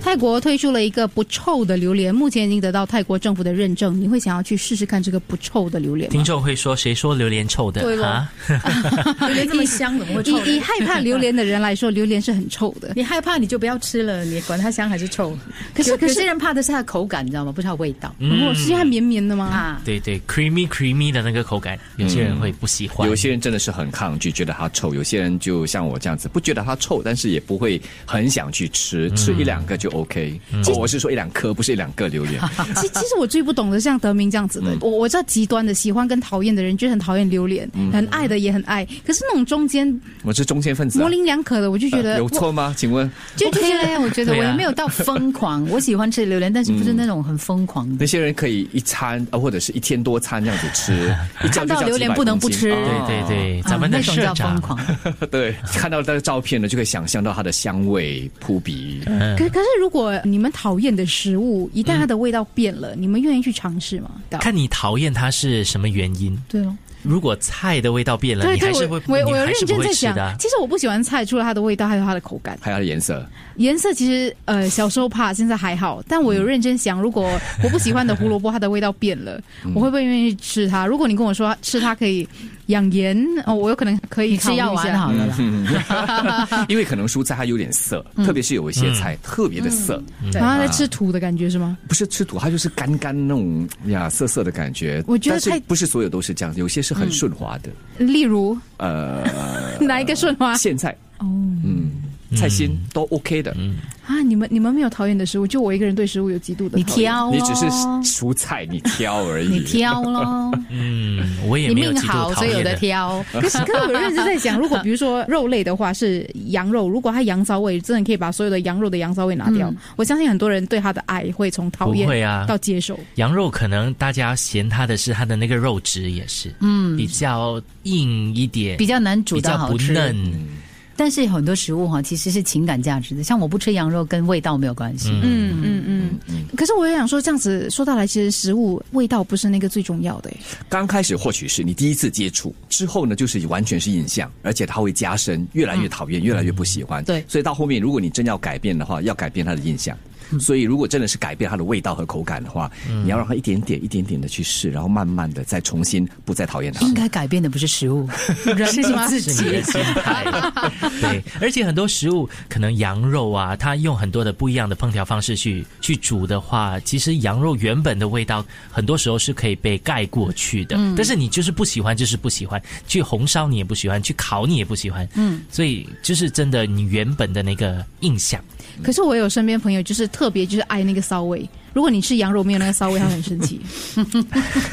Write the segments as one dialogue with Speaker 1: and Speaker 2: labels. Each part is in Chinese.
Speaker 1: 泰国推出了一个不臭的榴莲，目前已经得到泰国政府的认证。你会想要去试试看这个不臭的榴莲 吗
Speaker 2: 听？众会说谁说榴莲臭的
Speaker 3: 对咯
Speaker 2: 啊？
Speaker 3: 榴莲这么香，怎么会臭呢？
Speaker 1: 以以害怕榴莲的人来说，榴莲是很臭的。
Speaker 3: 你害怕你就不要吃了，你管它香还是臭。
Speaker 1: 可是
Speaker 3: 有
Speaker 1: 可
Speaker 3: 有
Speaker 1: 是
Speaker 3: 些人怕的是它的口感，你知道吗？不是它的味道
Speaker 4: 嗯
Speaker 1: 哦，是它绵绵的吗？
Speaker 3: 啊。
Speaker 2: 对对，creamy creamy 的那个口感，有些人会不喜欢。
Speaker 4: 嗯有些人真的是很抗拒，觉得它臭；有些人就像我这样子，不觉得它臭，但是也不会很想去吃，吃一两个就 OK。哦，我是说一两颗，不是一两个榴莲。
Speaker 1: 其其实我最不懂的像德明这样子
Speaker 4: 嗯
Speaker 1: 的，我我知道极端的喜欢跟讨厌的人，就是很讨厌榴莲，
Speaker 4: 嗯
Speaker 1: 很爱的也很爱，可是那种中间
Speaker 4: 我是中间分子、
Speaker 1: 模
Speaker 4: 啊。
Speaker 1: 棱两可的，我就觉
Speaker 4: 呃
Speaker 1: 得
Speaker 4: 有
Speaker 1: 我
Speaker 4: 错吗？请问
Speaker 3: 就觉得，我觉得我
Speaker 2: 对啊
Speaker 3: 也没有到疯 狂。我喜欢吃榴莲，但是不是那种很疯狂的。
Speaker 4: 那些人可以一餐呃，或者是一天多餐这样子吃，一叫
Speaker 3: 看
Speaker 4: 就
Speaker 3: 到
Speaker 4: 叫
Speaker 3: 榴
Speaker 4: 几
Speaker 3: 莲
Speaker 4: 百
Speaker 3: 不能
Speaker 4: 公
Speaker 3: 不
Speaker 4: 斤哦
Speaker 3: 吃
Speaker 2: 对对对，咱们
Speaker 3: 啊
Speaker 2: 的
Speaker 3: 那种
Speaker 2: 社
Speaker 3: 叫
Speaker 2: 长
Speaker 3: 疯，狂，
Speaker 4: 对，看到他的照片呢，就可以想象到它的香味扑鼻。
Speaker 2: 嗯
Speaker 1: 可可是如果你们讨厌的食物，一旦它的味道变了，你们愿意去尝试吗？
Speaker 2: 看你讨厌它是什么原因。
Speaker 1: 对哦，
Speaker 2: 如果菜的味道变了，
Speaker 1: 对
Speaker 2: 你还
Speaker 1: 对
Speaker 2: 是会，，
Speaker 1: 我我
Speaker 2: 你
Speaker 1: 我有
Speaker 2: 还
Speaker 1: 认
Speaker 2: 是不
Speaker 1: 真
Speaker 2: 会
Speaker 1: 在
Speaker 2: 吃
Speaker 1: 想
Speaker 2: 的啊，。
Speaker 1: 其实我不喜欢菜，除了它的味道，还有它的口感。
Speaker 4: 还有它的颜色，
Speaker 1: 颜色其实呃小时候怕，现在还好。但我有认真想，如果我不喜欢的胡萝卜它的味道变 了，
Speaker 2: 嗯
Speaker 1: 我会不会愿意吃它？如果你跟我说吃它可以养颜，哦，我有可能可以
Speaker 3: 你吃药
Speaker 1: 考虑一
Speaker 3: 丸
Speaker 1: 下啊
Speaker 3: 好了啦。
Speaker 2: 嗯
Speaker 4: 因为可能蔬菜它有点涩，特别是有一些菜特别的涩，
Speaker 3: 对
Speaker 2: 嗯
Speaker 1: 然后在吃土的感觉是吗？
Speaker 4: 不是吃土，它就是干干那种呀涩涩的感觉。
Speaker 1: 我觉得
Speaker 4: 但是
Speaker 1: 太嗯
Speaker 4: 不是所有都是这样，有些是很顺滑的。
Speaker 1: 例如
Speaker 4: 呃，
Speaker 1: 哪一个顺滑
Speaker 4: 苋菜，
Speaker 1: 哦
Speaker 4: 嗯，菜心都 OK 的，
Speaker 1: 啊？你们你们没有讨厌的食物，就我一个人对食物有极度的
Speaker 3: 你
Speaker 1: 讨厌。
Speaker 3: 挑咯，
Speaker 4: 你只是
Speaker 1: 哦
Speaker 4: 蔬菜你挑而
Speaker 3: 你
Speaker 4: 已。
Speaker 3: 挑 咯，
Speaker 2: 嗯，我也
Speaker 3: 你
Speaker 2: 没有
Speaker 3: 命
Speaker 2: 极
Speaker 3: 好
Speaker 2: 度，讨
Speaker 3: 所以有
Speaker 2: 厌
Speaker 3: 的
Speaker 2: 的。
Speaker 3: 挑。
Speaker 1: 可是，可是我认真在想，如果比如说肉类的话是羊肉，如果它羊骚味，真的可以把所有的羊肉的羊骚味拿掉。
Speaker 3: 嗯
Speaker 1: 我相信很多人对它的爱会从讨
Speaker 2: 不会
Speaker 1: 厌
Speaker 2: 啊
Speaker 1: 到接受。
Speaker 2: 羊肉可能大家嫌它的是它的那个肉质也是，嗯，比较硬一点，
Speaker 3: 比较难煮
Speaker 2: 比
Speaker 3: 到
Speaker 2: 较
Speaker 3: 好
Speaker 2: 不
Speaker 3: 吃，
Speaker 2: 嫩，
Speaker 3: 但是很多食物哈其实是情感价值的，像我不吃羊肉跟味道没有关系，
Speaker 1: 嗯嗯嗯。可是我也想说，这样子说到来，其实食物味道不是那个最重要的。
Speaker 4: 刚开始或许是你第一次接触，之后呢就是完全是印象，而且它会加深，越来越讨厌，越来越不喜
Speaker 1: 嗯
Speaker 4: 欢。
Speaker 3: 对
Speaker 4: 所以到后面如果你真要改变的话，要改变它的印象。所以如果真的是改变它的味道和口感的话，你要让它一点点、一点点的去试，然后慢慢的再重新不再讨厌它。
Speaker 3: 应该改变的不是食 物，人是自
Speaker 2: 是你的
Speaker 3: 己。
Speaker 2: 心态。对，而且很多食物，可能羊肉啊，它用很多的不一样的烹调方式去去煮的话，其实羊肉原本的味道，很多时候是可以被盖过去的。但是你就是不喜欢，就是不喜欢，去红烧你也不喜欢，去烤你也不喜欢。嗯，所以就是真的，你原本的那个印象，
Speaker 1: 可是我有身边朋友，就是特别就是爱那个骚味。如果你吃羊肉没有那个骚味，他会很生气。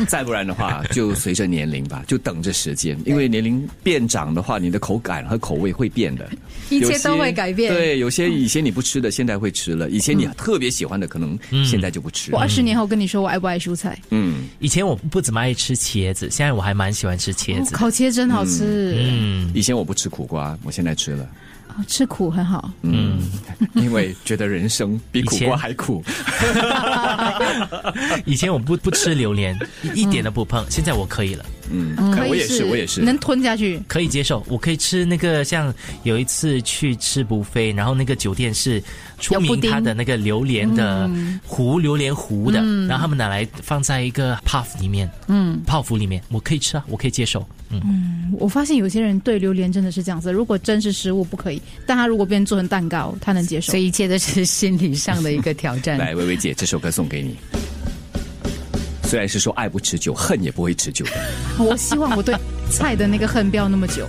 Speaker 4: 再不然的话，就随着年龄吧，就等着时间，因为年龄变长的话，你的口感和口味会变的，
Speaker 3: 一切
Speaker 4: 有些
Speaker 3: 都会改变
Speaker 4: 对，有些以前你不吃的，现在会吃了；以前你特别喜欢的，可能
Speaker 2: 嗯
Speaker 4: 现在就不吃
Speaker 1: 我。二十年后跟你说我爱不爱蔬菜，
Speaker 4: 嗯，
Speaker 2: 以前我不怎么爱吃茄子，现在我还蛮喜欢吃茄
Speaker 1: 哦
Speaker 2: 子的。
Speaker 1: 烤茄真好吃，
Speaker 2: 嗯，
Speaker 4: 以前我不吃苦瓜，我现在吃了，
Speaker 1: 哦吃苦很好。
Speaker 4: 嗯，因为觉得人生比苦
Speaker 2: 以前
Speaker 4: 瓜还苦。
Speaker 2: 以前我不不吃榴莲，一一点都不碰，现在我可以了。
Speaker 4: 嗯，
Speaker 1: 可以
Speaker 4: 我也是，我也是。
Speaker 1: 能吞下去。
Speaker 2: 可以接受，我可以吃那个像有一次去吃不菲，然后那个酒店是出
Speaker 3: 有
Speaker 2: 名
Speaker 3: 布丁
Speaker 2: 它的那个榴莲的糊，榴莲糊的，然后他们拿来放在一个 puff 里面，嗯，泡芙里面，我可以吃啊，我可以接受，嗯，
Speaker 1: 我发现有些人对榴莲真的是这样子，如果真是食物不可以，但他如果变成做成蛋糕，他能接受
Speaker 3: 所。以一切都是心理上的一个挑 战。
Speaker 4: 来，薇薇姐，这首歌送给你。虽然是说爱不持久，恨也不会持久的。
Speaker 1: 我希望我对菜的那个恨不要那么久。